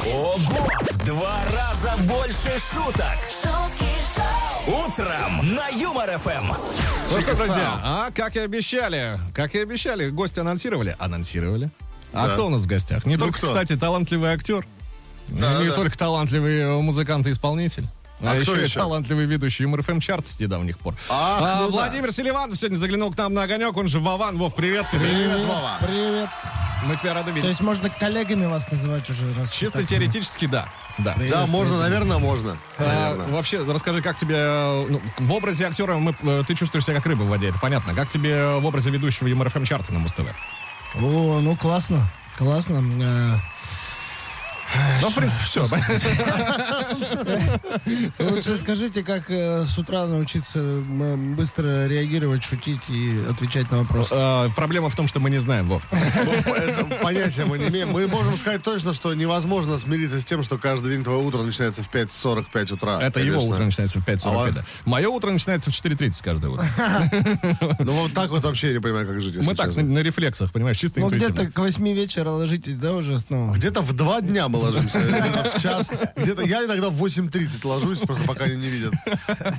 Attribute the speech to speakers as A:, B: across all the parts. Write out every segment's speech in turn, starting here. A: Ого! В два раза больше шуток!
B: шутки шоу,
A: Утром на Юмор ФМ!
C: Ну что, друзья, а как и обещали, как и обещали, гости анонсировали. Анонсировали. А
D: Да.
C: кто у нас в гостях? Не
D: Ну,
C: только,
D: кто?
C: кстати, талантливый актер.
D: Да,
C: не
D: да.
C: только талантливый э, музыкант и исполнитель.
D: А кто
C: и
D: еще?
C: талантливый ведущий МРФМ чарт с недавних пор. А,
D: Ах, ну да.
C: Владимир Селиванов сегодня заглянул к нам на огонек. Он же Вован. Вов, привет тебе.
D: Привет, Вова.
E: Привет.
C: Мы тебя рады
E: То
C: видеть.
E: есть можно коллегами вас называть уже раз.
C: Чисто
E: так.
C: теоретически, да. Да.
D: Да, можно, наверное, можно.
C: А,
D: Наверное.
C: вообще, расскажи, как тебе э, ну, в образе актера мы, э, ты чувствуешь себя как рыба в воде, это понятно. Как тебе э, в образе ведущего ЮМРФМ чарта на Муз-ТВ?
E: О, ну классно. Классно. Э,
C: Ну, в принципе, все.
E: Лучше скажите, как э, с утра научиться м, быстро реагировать, шутить и отвечать на
C: Э,
E: вопросы.
C: Проблема в том, что мы не знаем, Вов.
D: Это понятия мы не имеем. Мы можем сказать точно, что невозможно смириться с тем, что каждый день твое утро начинается в 5.45 утра.
C: Это его
D: Конечно.
C: утро начинается в 5.45.
D: А
C: да. Мое утро начинается в 4.30 каждое утро.
D: Ну вот так вот вообще я не понимаю, как жить, если
C: Мы так, ну, на
D: честно.
C: на рефлексах, понимаешь, чисто
E: Ну, где-то
C: интуитивно.
E: к 8 вечера ложитесь, да, уже снова?
D: Где-то в два дня мы ложимся, где-то в час. Где-то я иногда в 8.30 ложусь, просто пока они не видят.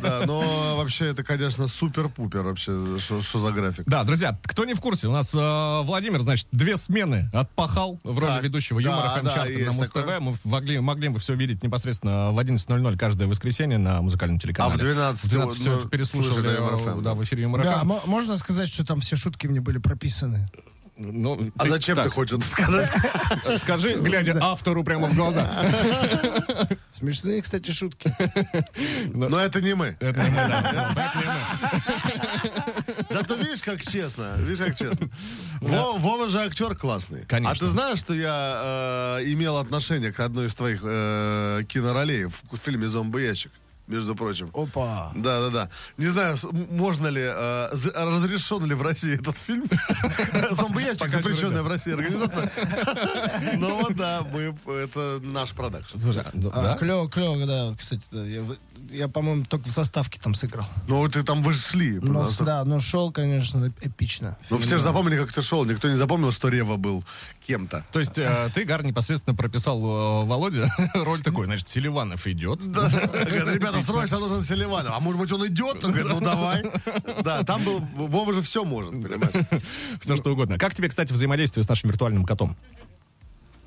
D: Да, но вообще это, конечно, супер-пупер вообще, что что за график.
C: Да, друзья, кто не в курсе, у нас э, Владимир, значит, две смены отпахал в роли
D: Так,
C: ведущего
D: да,
C: юмора
D: да,
C: фм на
D: есть
C: Муз-ТВ.
D: такое.
C: Мы могли, могли бы все видеть непосредственно в 11.00 каждое воскресенье на музыкальном телеканале.
D: А в 12
C: все
D: ну,
C: это переслушали
D: слушали на Юмор
C: э,
D: FM.
C: да, в эфире юмор
E: Да,
C: FM.
E: мо- можно сказать, что там все шутки мне были прописаны.
C: Ну,
D: А зачем ты
C: так, э,
D: хочешь это сказать?
C: Скажи, глядя автору прямо в глаза.
E: Смешные, кстати, шутки.
D: Но это не мы.
C: Это не мы, да.
D: Зато видишь, как честно. Видишь, как честно. Во- Вова же актер классный.
C: Конечно.
D: А ты знаешь, что я э, имел отношение к одной из твоих э, киноролей в к- фильме «Зомбоящик», между прочим.
E: Опа.
D: Да, да, да. Не знаю, с- м- можно ли, э, за- разрешен ли в России этот фильм. Зомбоящик,
C: Пока
D: запрещенная в России организация. Ну вот, да, мы, это наш продакшн.
C: Ну Да?
E: А, Клево, клево, да, кстати, да. Я, в- я, по-моему, только в составке там сыграл.
D: Ну, ты там вышли.
E: Ну, да, но шел, конечно, эпично.
D: Ну, все же запомнили, как ты шел. Никто не запомнил, что Рева был кем-то.
C: То есть э, ты, Гар, непосредственно прописал э, Володя роль такой, значит, Селиванов идет.
D: Да. Говорят, ребята, срочно нужен Селиванов. А может быть, он идет? Он говорит, ну давай. Да, там был... Вова же все может, понимаешь?
C: Все что угодно. Как тебе, кстати, взаимодействие с нашим виртуальным котом?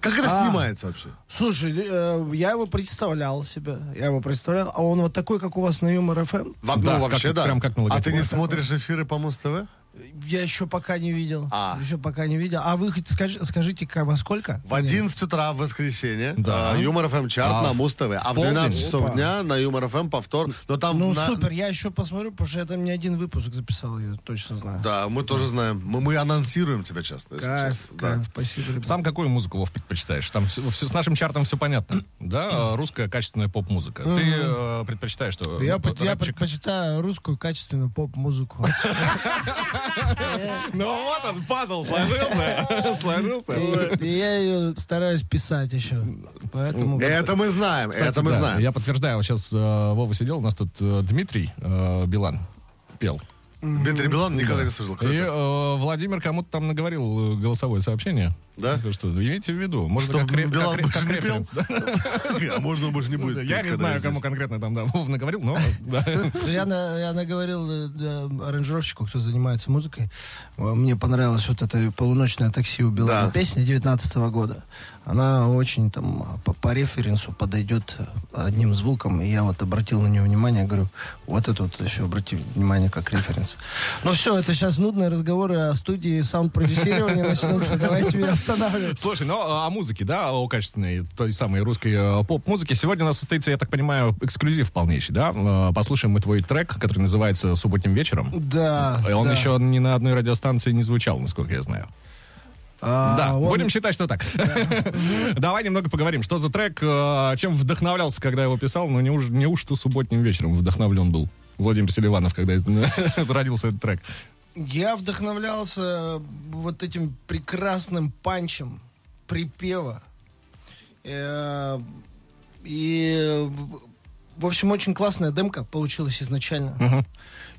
D: Как это
C: А.
D: снимается вообще?
E: Слушай, э, я его представлял себе, я его представлял, а он вот такой, как у вас на Юмор ФМ,
D: Во-
C: Да,
D: ну, вообще,
C: как-
D: да.
C: прям как на
D: а ты не
C: логотипе.
D: смотришь эфиры по Муз-ТВ?
E: я еще пока не видел.
D: А.
E: Еще пока не видел. А вы хоть скажи- скажите, ка- во сколько?
D: В 11 утра в воскресенье
C: Да.
D: э, Юмор ФМ чарт
C: А
D: на
C: в
D: Муз-Тв. А в
C: полдень?
D: 12 часов
E: Опа.
D: дня на Юмор ФМ повтор. Но там...
E: Ну,
D: на-
E: супер, я еще посмотрю, потому что я там не один выпуск записал, я точно знаю.
D: Да, мы тоже знаем. Мы, мы анонсируем тебя часто, если
E: Кайф,
D: честно. Да.
E: кайф, спасибо, ребят.
C: Сам какую музыку, Вов, предпочитаешь? Там всё- всё- с нашим чартом все понятно, да? Э, Русская качественная поп-музыка. Ты э, предпочитаешь, что...
E: Я,
C: ну,
E: пред- я
C: рэпчик?
E: предпочитаю русскую качественную поп-музыку.
C: Ну вот он, пазл сложился, сложился.
E: И- и Я ее стараюсь писать еще. Поэтому...
D: Это мы знаем, это мы
C: Да,
D: знаем.
C: Я подтверждаю, вот сейчас э, Вова сидел, у нас тут э, Дмитрий э, Билан пел.
D: Дмитрий Билан никогда не слышал. кто
C: И
D: это.
C: э, Владимир кому-то там наговорил э, голосовое сообщение.
D: Да?
C: Так Что, имейте в виду, можно
D: Чтоб
C: как, ре-
D: Билан
C: как ре-
D: больше
C: как
D: не пел?
C: референс, да.
D: А можно он больше не будет.
C: Ну,
D: петь,
C: Я не
D: когда
C: знаю,
D: здесь.
C: кому конкретно там да, Вов наговорил, но да.
E: Ну, Я, на, я наговорил э, да, аранжировщику, кто занимается музыкой. Э, Мне понравилась вот эта полуночное такси у Билана
D: Да.
E: песня 19 года. Она очень там по, по референсу подойдет э, одним звуком. И я вот обратил на нее внимание, говорю, вот это вот еще обрати внимание как референс. Ну все, это сейчас нудные разговоры о студии саунд-продюсирования начнутся. Давайте меня останавливать.
C: Слушай, ну а о музыке, да, о качественной, той самой русской э, поп-музыке. Сегодня у нас состоится, я так понимаю, эксклюзив полнейший, да? Э, Послушаем мы твой трек, который называется «Субботним вечером».
E: Да.
C: И Он
E: да.
C: еще ни на одной радиостанции не звучал, насколько я знаю.
E: А,
C: да,
E: он-
C: будем считать, что так. Давай немного поговорим, что за трек, э, чем вдохновлялся, когда его писал, но неуж- неужто субботним вечером вдохновлен был Владимир Селиванов, когда это- родился этот трек.
E: Я вдохновлялся э, вот этим прекрасным панчем припева. Э, И, в общем, очень классная демка получилась изначально.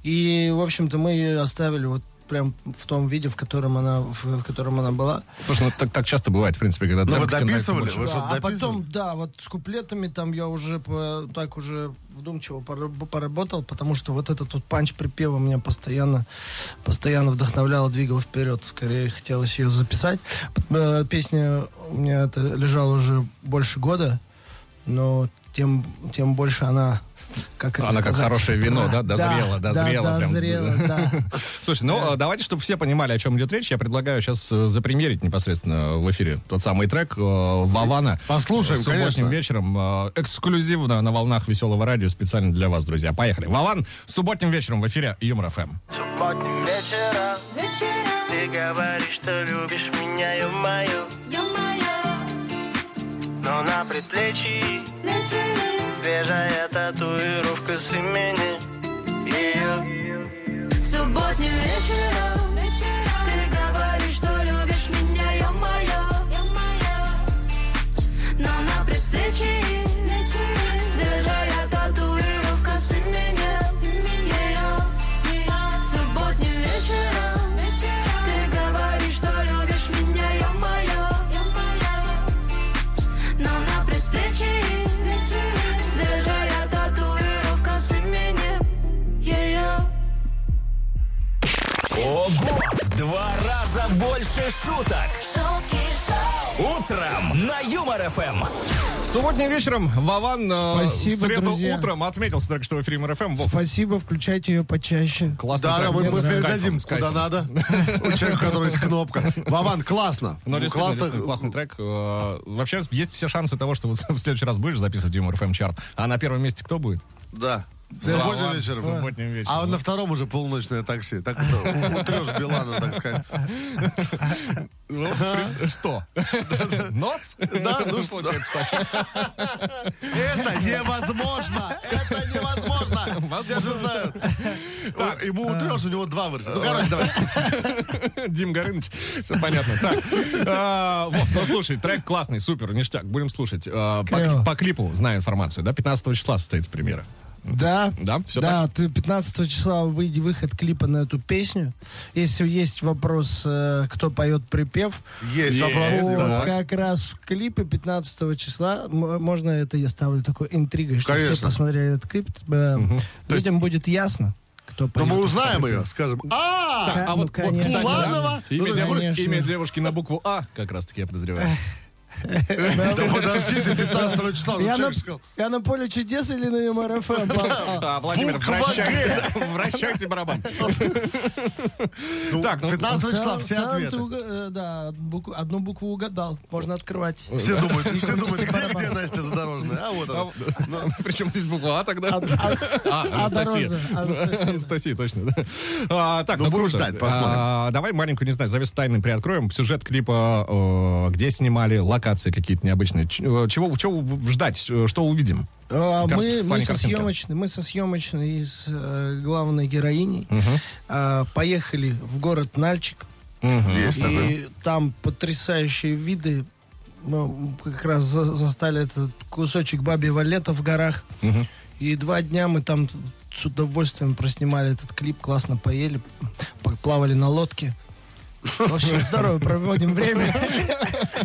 E: И, в общем-то, мы её оставили вот прям в том виде, в котором она, в котором она была.
C: Слушай, ну так, так часто бывает, в принципе, когда
D: Ну, вы
C: темка тебе нравится
D: дописывали?
C: больше.
D: Вы что-то
E: Да, а
D: дописывали?
E: потом, да, вот с куплетами там я уже по- так уже вдумчиво пораб- поработал, потому что вот этот вот панч припева меня постоянно, постоянно вдохновляло, двигало вперед. Скорее хотелось ее записать. Э, Песня у меня это лежала уже больше года, но тем, тем больше она как это
C: Она как
E: сказать?
C: хорошее вино, да, дозрела, дозрела
E: Да,
C: прям.
E: дозрела, да.
C: Слушай, ну э, давайте, чтобы все понимали, о чем идет речь, я предлагаю сейчас э, запримерить непосредственно в эфире тот самый трек э, Вавана.
D: Послушаем,
C: С
D: конечно.
C: субботним вечером э, эксклюзивно на волнах веселого радио специально для вас, друзья. Поехали. Вован с субботним вечером в эфире Юмор ФМ.
F: Субботним вечером Ты говоришь, что любишь меня, ё-моё Но на предплечье Свежая татуировка с имени ее
B: Субботним вечером ты говоришь, что любишь меня, я моя, но на предплечье свежая татуировка с именем ее. Субботним вечером ты говоришь, что любишь меня, я моя, но на предплечье свежая татуировка с именем ее.
A: Ого! В два раза больше шуток!
B: Шутки шоу.
A: Утром на Юмор ФМ!
C: Субботним вечером Вован э,
E: Спасибо,
C: в среду
E: друзья.
C: утром отметился только что в эфире Юмор ФМ. Вов,
E: Спасибо, включайте ее почаще.
C: классный
D: Да, да,
C: трек.
D: мы, мы
C: С кайфом,
D: передадим,
C: с кайфом.
D: куда надо. У человека, у которого есть кнопка. Вован, классно.
C: Ну, действительно,
D: классно.
C: действительно, классный трек. Э, Вообще, есть все шансы того, что вот в следующий раз будешь записывать Юмор ФМ чарт. А на первом месте кто будет?
D: Да.
C: Вован
D: Субботним
C: с
D: вечером.
C: Субботним вечером.
D: А на втором уже полуночное такси. Так это, утрешь Билана, так сказать.
C: Ну, при- Что? Нос?
D: Да, ну,
C: случается так.
D: Это невозможно! Это невозможно! Все же знают. Так, Ему утрешь, у него два варианта. Ну, короче, давай.
C: Дим Горыныч, все понятно. Так, а, Вов, ну слушай, трек классный, супер, ништяк, будем слушать. А, По
E: Клево.
C: по клипу знаю информацию, да, 15 числа состоится премьера.
E: Да,
C: Да, всё
E: да. Ты 15 числа выйди выход клипа на эту песню. Если есть вопрос, э, кто поет припев,
D: Есть
C: Есть,
E: вот
D: вопрос.
C: да.
E: как раз в клипе 15 числа м- можно это я ставлю такой интригой, что все
D: Конечно.
E: посмотрели этот клип, э,
C: То есть-
E: людям будет ясно, кто
D: Но
E: поет.
D: Ну, мы узнаем ее, скажем. А!
E: Ка-
C: А вот,
E: ну,
C: вот,
E: конечно.
C: кстати, да,
D: Буланова?
C: имя
D: Ну,
C: деву-
E: конечно.
C: имя девушки на букву А, как раз таки я подозреваю.
D: Да подожди, ты 15 числа. Ну,
E: Я на,
D: человек сказал.
E: я на поле чудес или на ЮМРФМ?
C: А, Владимир,
D: Буква
C: вращайте, вращайте барабан. Так, ну,
D: 15 числа все ответы.
E: э, Да, букву- одну букву угадал. Можно открывать.
D: Все думают, все думают, где, где Настя Задорожная? А вот
C: А,
D: она.
C: ну, Причем здесь буква А тогда? А,
E: дорожная, Анастасия.
C: Анастасия, точно, да. А, Так,
D: Ну, будем
C: круто.
D: ждать, посмотрим.
C: А, Давай маленькую, не знаю, завесу тайны приоткроем. Сюжет клипа, э, где снимали, локации какие-то необычные. Ч- э, Чего чего в- ждать, э, что увидим?
E: А,
C: Кар-
E: Мы,
C: в
E: мы,
C: плане
E: со
C: картинки.
E: съемочной, мы со съемочной и с э, главной героиней а, поехали в город Нальчик.
D: Ну, Есть такое.
E: И там потрясающие виды. Мы как раз за- застали этот кусочек Баби Валета в горах. И два дня мы там с удовольствием проснимали этот клип, классно поели, п- плавали на лодке. В общем, здорово проводим время.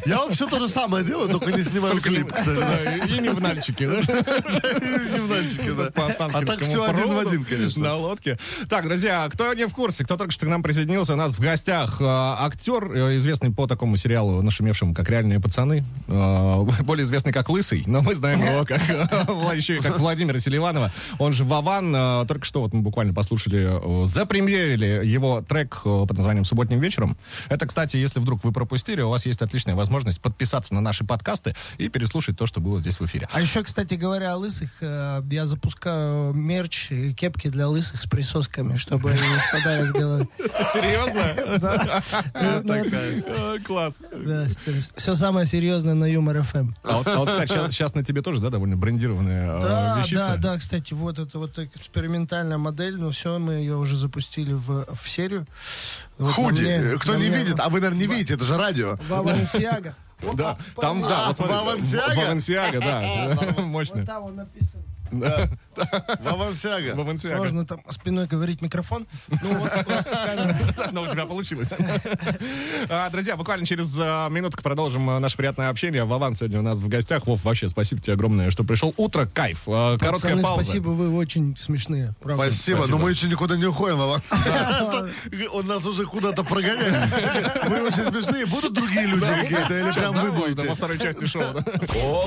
D: Я вот все то же самое делаю, только не снимаю клип, кстати. да.
C: И не в Нальчике, да?
D: Не в Нальчике, да.
C: Ну, по
D: А так
C: Останкинскому
D: все один в
C: проду
D: один, конечно.
C: На лодке. Так, друзья, кто не в курсе, кто только что к нам присоединился, у нас в гостях э, актер, э, известный по такому сериалу, нашумевшему, как «Реальные пацаны», э, более известный как «Лысый», но мы знаем его как, э, Вла- еще и как Владимира Селиванова. Он же Вован. Э, Только что вот мы буквально послушали, э, запремьерили его трек э, под названием «Субботним вечером». Это, кстати, если вдруг вы пропустили, у вас есть отличная возможность подписаться на наши подкасты и переслушать то, что было здесь в эфире.
E: А еще, кстати говоря, о лысых, э, я запускаю мерч и кепки для лысых с присосками, чтобы они не спадали с головы.
C: Серьезно? Ну,
E: Ну,
D: Такая.
C: Э, Класс.
E: Все э, самое серьезное на Юмор Эм. ФМ.
C: А вот, а вот, кстати, сейчас, на тебе тоже, да, довольно
D: А,
C: брендированная э,
E: Да,
C: вещица?
E: да, да, кстати, вот это вот экспериментальная модель, но все, мы ее уже запустили в, в серию. Вот на
D: Худи.
E: мне-
D: Кто
E: на
D: не
E: мне
D: видит, а вы, наверное, не видите, это же радио.
E: Balenciaga.
C: Да, там, да,
D: А,
C: вот смотри,
D: Balenciaga?
C: Balenciaga, да, мощно.
E: Вот там он написан.
D: Вавансяга.
C: Balenciaga.
E: Сложно там спиной говорить в микрофон. Ну вот, просто камера.
C: Да, Но у тебя получилось. А, Друзья, буквально через а, минутку продолжим а, наше приятное общение. Вован сегодня у нас в гостях. Вов, вообще спасибо тебе огромное, что пришел. Утро, кайф. А, Короткая
E: Пацаны,
C: пауза.
E: Спасибо, вы очень смешные. Правда.
D: Спасибо, но мы еще никуда не уходим, Вован. Он нас уже куда-то прогоняет. Мы очень смешные. Будут другие люди какие-то или прям
C: Да,
D: вы
C: вот, да,
D: будете?
C: Во второй части шоу. да.
A: Ого!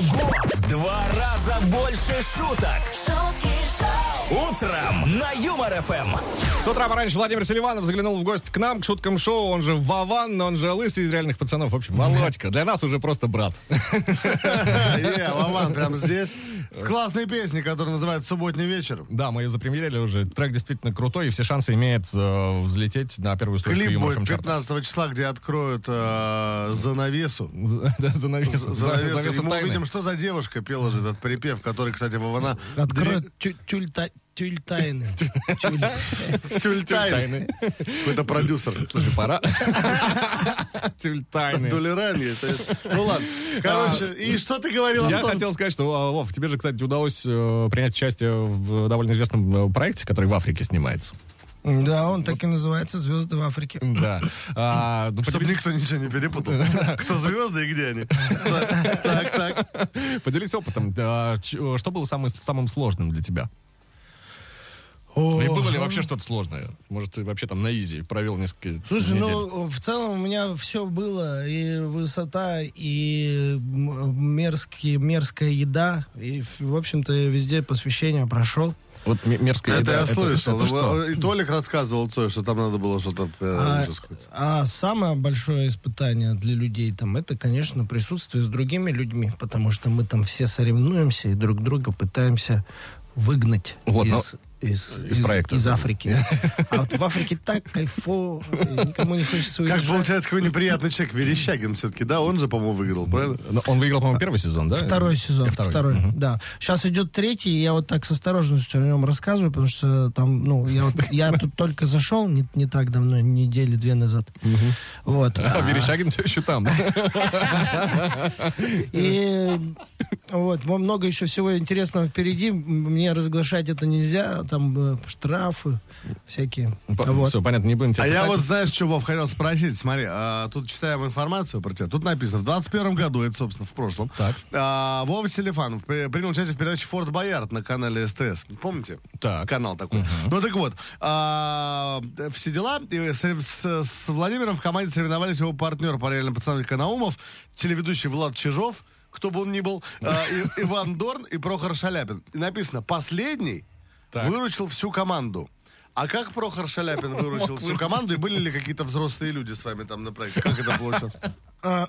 A: В два раза больше шуток.
B: Шутки шоу.
A: Утром на Юмор ФМ.
C: С утра пораньше Владимир Селиванов заглянул в гости к нам, к шуткам шоу. Он же Вован, он же Лысый из реальных пацанов. В общем, Володька. Для нас уже просто брат.
D: Е, Вован прям здесь. С классной песней, которая называется «Субботний вечер».
C: Да, мы ее запремьерили уже. Трек действительно крутой, и все шансы имеет э, взлететь на первую строчку
D: Клип
C: юмор
D: будет 15 числа, где откроют э, занавесу.
C: Занавес.
D: З- Занавесу. И
C: Занавеса
D: мы
C: тайны.
D: увидим, что за девушка пела же этот припев, который, кстати, Вована...
E: Открой тю- тюль та- тюль тайны. Тюль.
D: Тюльтайн.
C: Тайны.
D: Какой-то продюсер.
C: Слушай, пора. Тюль тайны.
D: Дулеран есть. Ну ладно. Короче, и что ты говорил,
C: А, Я
D: Антон?
C: хотел сказать, что, а, Вов, тебе же, кстати, удалось э, принять участие в довольно известном э, проекте, который в Африке снимается.
E: Да, он так и называется «Звезды в Африке».
C: Да. А, ну,
D: Чтобы
C: поделись-
D: никто ничего не перепутал. Кто звезды и где они? Так, так.
C: Поделись опытом. Да, ч- э, Что было самым, самым сложным для тебя? И было ли вообще что-то сложное? Может, ты вообще там на изи провел несколько
E: Слушай,
C: недель?
E: ну в целом у меня все было. И высота, и м- мерзкие, мерзкая еда. И, в- в общем-то, я везде посвящение прошел.
C: Вот м- мерзкая
D: Это
C: еда,
D: я
C: это что?
D: слышал. И Толик рассказывал, Цой, что там надо было что-то... э,
E: А,
D: ужас какой-то.
E: а самое большое испытание для людей там это, конечно, присутствие с другими людьми, потому что мы там все соревнуемся и друг друга пытаемся выгнать
C: Вот, но-
E: из, из,
C: из проекта.
E: из Африки. А вот в Африке так кайфово, и никому не хочется
D: Как
E: уезжать.
D: получается, какой неприятный человек, Верещагин все-таки, да? Он же, по-моему, выиграл, правильно?
C: Ну, Он выиграл, по-моему, первый сезон, да?
E: Второй сезон,
C: Э,
E: второй, да. Сейчас идет третий, и я вот так с осторожностью о нем рассказываю, потому что там, ну, я, вот, я тут только зашел не, не так давно, недели две назад. Вот.
C: А
E: А,
C: Верещагин все еще там.
E: И э, вот, мо- много еще всего интересного впереди. М, Мне разглашать это нельзя. Там э, штрафы всякие.
D: Ну,
E: Вот.
C: Все, понятно, не будем тебя
D: А я
C: пытать.
D: вот, знаешь, что, Вов, хотел спросить. Смотри, а, тут читаем информацию про тебя. Тут написано, в 21 году, это, собственно, в прошлом,
C: Так.
D: а, Вова Селифанов при- принял участие в передаче «Форт Боярд» на канале СТС. Помните?
C: Так.
D: Канал такой. Ну так вот, а, э, все дела. И с, с- с Владимиром в команде соревновались его партнер по реальным пацанам Канаумов, телеведущий Влад Чижов, кто бы он ни был, а, и- Иван Дорн и Прохор Шаляпин. И написано, последний
C: Так.
D: выручил всю команду. А как Прохор Шаляпин выручил всю команду? И были ли какие-то взрослые люди с вами там на проекте? Как это получилось? А.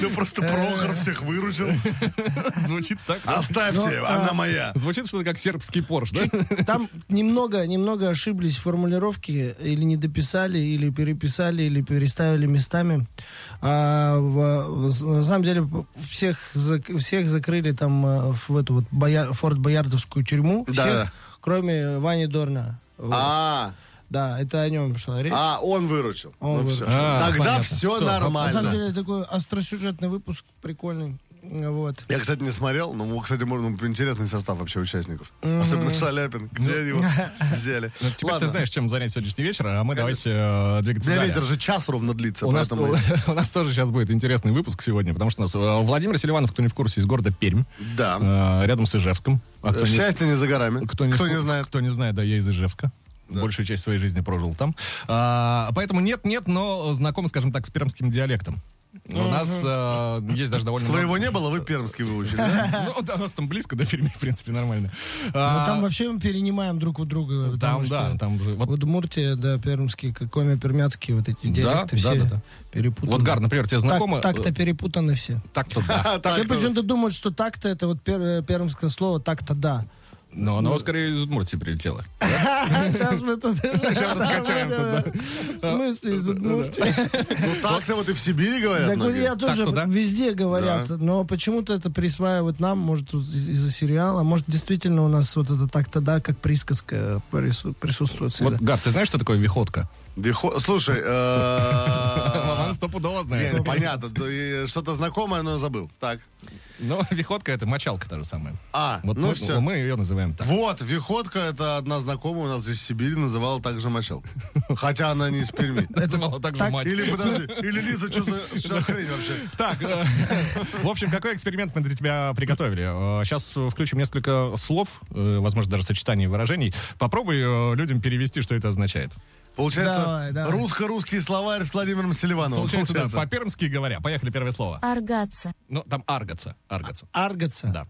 D: Ну просто Прохор всех выручил.
C: Звучит так.
D: Оставьте,
E: Ну,
D: она
E: а-
D: моя.
C: Звучит что-то как сербский Порш, да? Ну,
E: Там немного, немного ошиблись формулировки, или не дописали, или переписали, или переставили местами. А, в- в- на самом деле всех, зак- всех закрыли там э, в эту вот Боя- Форт Боярдовскую тюрьму.
D: Да.
E: Всех, кроме Вани Дорна. Вот.
D: А,
E: Да, это о нем шла речь.
D: а, он выручил.
E: Он
D: Ну всё.
E: выручил.
C: А,
D: Тогда
C: понятно.
D: все
C: Всё,
E: На самом
D: нормально.
E: деле такой остросюжетный выпуск, прикольный. Вот.
D: Я, кстати, не смотрел, но, ну, кстати, можно интересный состав вообще участников. Особенно Шаляпин. Где они его взяли?
C: Ну, Теперь
D: Ладно.
C: ты знаешь, чем занять сегодняшний вечер, а мы давайте э, двигаться
D: Для
C: далее.
D: ветер же час ровно длится.
C: У нас,
D: поэтому-
C: у нас тоже сейчас будет интересный выпуск сегодня, потому что у нас э, Владимир Селиванов, кто не в курсе, из города Пермь,
D: Да.
C: э, рядом с Ижевском. А кто не-
D: Счастье не за горами.
C: Кто не,
D: Кто
C: в-
D: не знает.
C: Кто не знает, да, я из Ижевска. Большую часть своей жизни прожил там. А, поэтому нет-нет, но знаком, скажем так, с пермским диалектом. У нас э, есть даже довольно...
D: Своего
C: много-
D: не было, вы пермский выучили. да?
C: Ну, да, у нас там близко до Перми, в принципе, нормально.
E: Ну,
C: А, Ну,
E: там вообще мы перенимаем друг у друга.
C: там,
E: потому
C: да,
E: что
C: там же... Вот,
E: Вот Муртия, да, пермские, коми пермяцкие вот эти
C: да,
E: диалекты все
C: да, да.
E: перепутаны.
C: вот Гар, например, тебе знакомы?
E: Так, то
C: Э,
E: перепутаны все.
C: Так-то да.
D: Так,
E: все
D: ну,
E: почему-то думают, что так-то это вот пер- э, пермское слово так-то да.
C: Но оно скорее из Удмуртии прилетело.
E: Сейчас мы тут...
C: Сейчас раскачаем тут,
E: В смысле из Удмуртии?
D: Ну так-то вот и в Сибири говорят
E: Так вот
D: многие.
E: я тоже
C: Э, Так-то да.
E: везде говорят, но почему-то это присваивают нам, может, из- из-за сериала, может, действительно у нас вот это так-то да, как присказка прису- присутствует
C: Вот,
E: всегда.
C: Гар, ты знаешь, что такое виходка?
D: Вихо- Слушай,
C: Вован
D: э,
C: стопудово знает.
D: не, понятно, да и что-то знакомое, но забыл. Так.
C: Но Ну, виходка это мочалка та же самая.
D: А,
C: Вот
D: ну
C: мы-
D: все.
C: мы ее называем так.
D: Вот, Виходка, это одна знакомая у нас из Сибири, называла также мочалку. Хотя она не из Перми.
C: Называла так же мать.
D: Или, подожди, или Лиза, что за что за хрень вообще?
C: Так, э, в общем, какой эксперимент мы для тебя приготовили? Сейчас включим несколько слов, э, возможно, даже сочетаний выражений. Попробуй э, людям перевести, что это означает.
D: Получается,
G: Давай, давай.
D: русско-русский словарь с Владимиром
E: Ну,
D: Селивановым.
C: Получается, да, по-пермски говоря. Поехали, первое слово.
B: Аргаться.
C: Ну, там аргаться, аргаться.
E: Аргаться.
C: Да.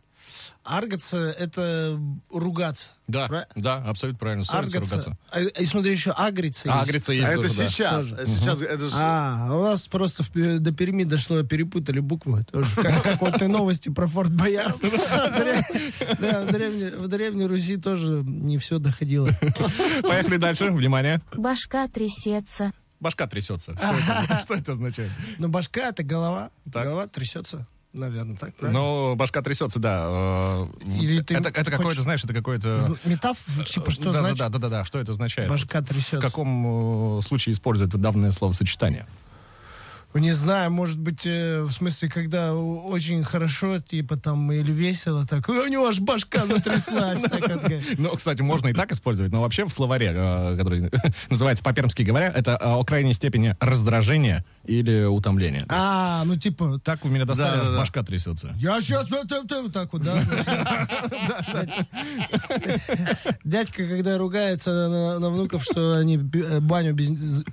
E: Аргаться — это ругаться.
C: Да,
E: Пра-
C: да, абсолютно правильно. Ссориться, ругаться.
E: Аргаться. А, и смотри, еще агриться
C: А,
E: есть.
C: агриться
D: А
C: есть
D: это
C: тоже, да.
D: сейчас.
E: Тоже.
D: э, Сейчас, это же...
E: А, у нас просто в- до Перми дошло, перепутали буквы. Тоже как, как вот и новости про Форт Боярд. Да, в Древней- в Древней Руси тоже не все доходило.
C: Поехали дальше, внимание.
B: Башка трясется.
C: Башка трясется. Что это- Что это означает?
E: Но Ну, башка — это голова.
C: Так.
E: Голова трясется. Наверное, так, правильно?
C: Ну, башка трясется, да. э,
E: Или ты
C: Это это
E: хочешь-
C: какое-то, знаешь, это какое-то... э,
E: З- Метаф, типа, что
C: да,
E: значит?
C: Да, да, да, да, что это означает?
E: Башка трясется.
C: В каком э, случае используют данное словосочетание?
E: Не знаю, может быть, э, в смысле, когда о- очень хорошо, типа там, или весело, так, «Ой, у него аж башка затряслась. так вот, га.
C: Ну, кстати, можно и так использовать, но вообще в словаре, э, который называется по-пермски говоря, это э, о крайней степени раздражения или утомления.
E: А, ну типа, так,
C: Так у меня достали,
D: Да, да,
C: аж
D: да.
C: башка трясется.
E: я сейчас вот так вот, да. значит. Дядька, когда ругается на- на внуков, что они б- э, баню без- з-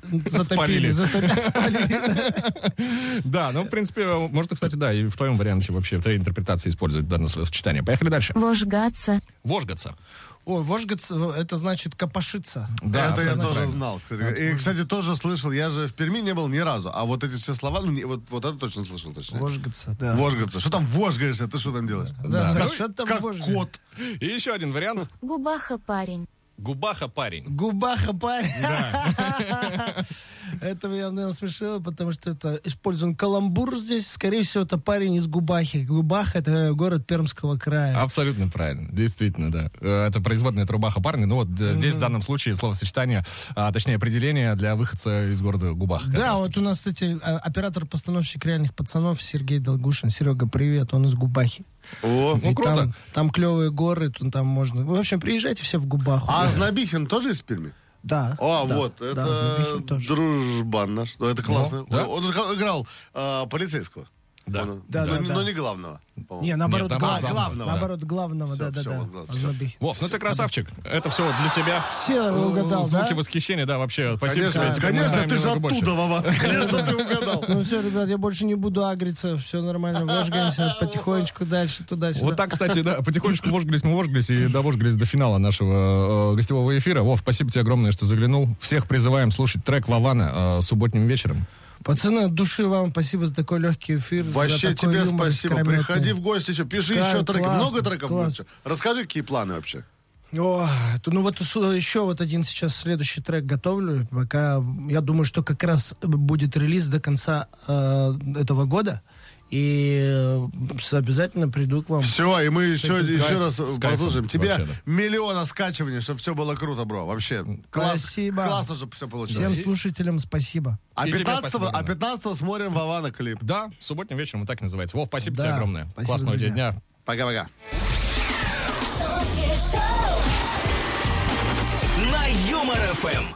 C: Спалили.
E: затопили, затопили, спалили.
C: Да, ну, в принципе, э, можно, кстати, да, и в твоем варианте вообще, в твоей интерпретации использовать данное словосочетание. Поехали дальше.
B: Вожгаться.
C: Вожгаться.
E: Ой, вожгаться, ну, это значит копошиться.
D: это я
C: абсолютно
D: тоже
C: правильно.
D: знал. Кстати. И, кстати, тоже слышал. Я же в Перми не был ни разу. А вот эти все слова, ну, не- вот, вот это точно слышал, точно.
E: Вожгаться, да.
D: Вожгаться. Что там вожгаешься? Ты что там делаешь?
C: Да.
E: Да, да, что там
D: Как
E: вожга?
D: кот.
C: И еще один вариант.
B: Губаха парень.
C: Губаха парень.
E: Губаха парень. Это меня наверное, смешило, потому что это использован каламбур здесь. Скорее всего, это парень из Губахи. Губаха — это город Пермского
D: А,
E: края.
C: Абсолютно правильно, действительно, да. Э, Это производная трубаха парня. Ну вот э, здесь в данном случае словосочетание, а, точнее определение для выходца из города Губах. как
E: Да,
C: раз.
E: вот у нас, кстати, э, оператор-постановщик реальных пацанов Сергей Долгушин. Серега, привет, он из Губахи.
D: О.
C: Ну,
E: И
C: круто.
E: Там, там клевые горы, ту- там можно... В общем, приезжайте все в Губаху.
D: А Знобихин тоже из Перми?
E: Да.
D: А,
E: да,
D: вот,
E: да,
D: это
E: Знобихин тоже.
D: дружбан наш. Ну, Это классно.
C: да.
D: Он же играл а, полицейского.
C: Да.
D: Он-
E: Да,
D: но,
E: да,
D: не-
E: да.
D: но не главного. по-моему.
E: Не, наоборот,
C: Нет, наоборот,
E: главного.
D: главного, да.
E: Наоборот, главного,
D: Всё, всё,
E: да-да-да.
D: вот э, главное, всё.
E: Знобихин.
C: Вов, ну ты красавчик. Это все вот для тебя.
E: Все Э, угадал,
C: Звуки
E: да?
C: восхищения, да, вообще. Спасибо
D: Конечно,
C: тебе. Теперь мы
D: конечно,
C: знаем
D: ты же
C: немного больше.
D: оттуда, Вова. Конечно, ты угадал.
E: Ну все, ребят, я больше не буду агриться. Все нормально, вожгаемся потихонечку дальше туда-сюда.
C: Вот так, кстати, да, потихонечку вожглись мы вожглись и довожглись до финала нашего э, гостевого эфира. Вов, спасибо тебе огромное, что заглянул. Всех призываем слушать трек Вавана э, субботним вечером.
E: Пацаны, от души вам спасибо за такой легкий эфир. за
D: Вообще
E: такой
D: тебе
E: юмор
D: спасибо.
E: искрометный.
D: Приходи в гости еще. Пиши
E: Да,
D: еще треки.
E: классно,
D: Много треков будет
E: классно.
D: еще? Расскажи, какие планы вообще.
E: О, то- ну вот с- еще вот один сейчас следующий трек готовлю. Пока я думаю, что как раз будет релиз до конца э, этого года. И э, с- обязательно приду к вам.
D: Все, и мы еще,
C: этим
D: еще
C: кайф-
D: раз
C: с кайфом
D: послушаем. Тебе
C: вообще, да.
D: миллиона скачиваний, чтобы все было круто, бро. Вообще, класс,
E: Спасибо.
D: классно, чтобы все получилось.
E: Всем слушателям спасибо.
D: А
C: И тебе
D: 15,
C: спасибо,
D: а
C: Роман.
D: 15 смотрим Вавана клип.
C: Да, субботним вечером и так и называется. Вов, спасибо
E: Да,
C: тебе огромное.
E: спасибо,
C: Классного тебе
E: друзья.
C: дня.
D: Пока-пока.
A: На Юмор ФМ.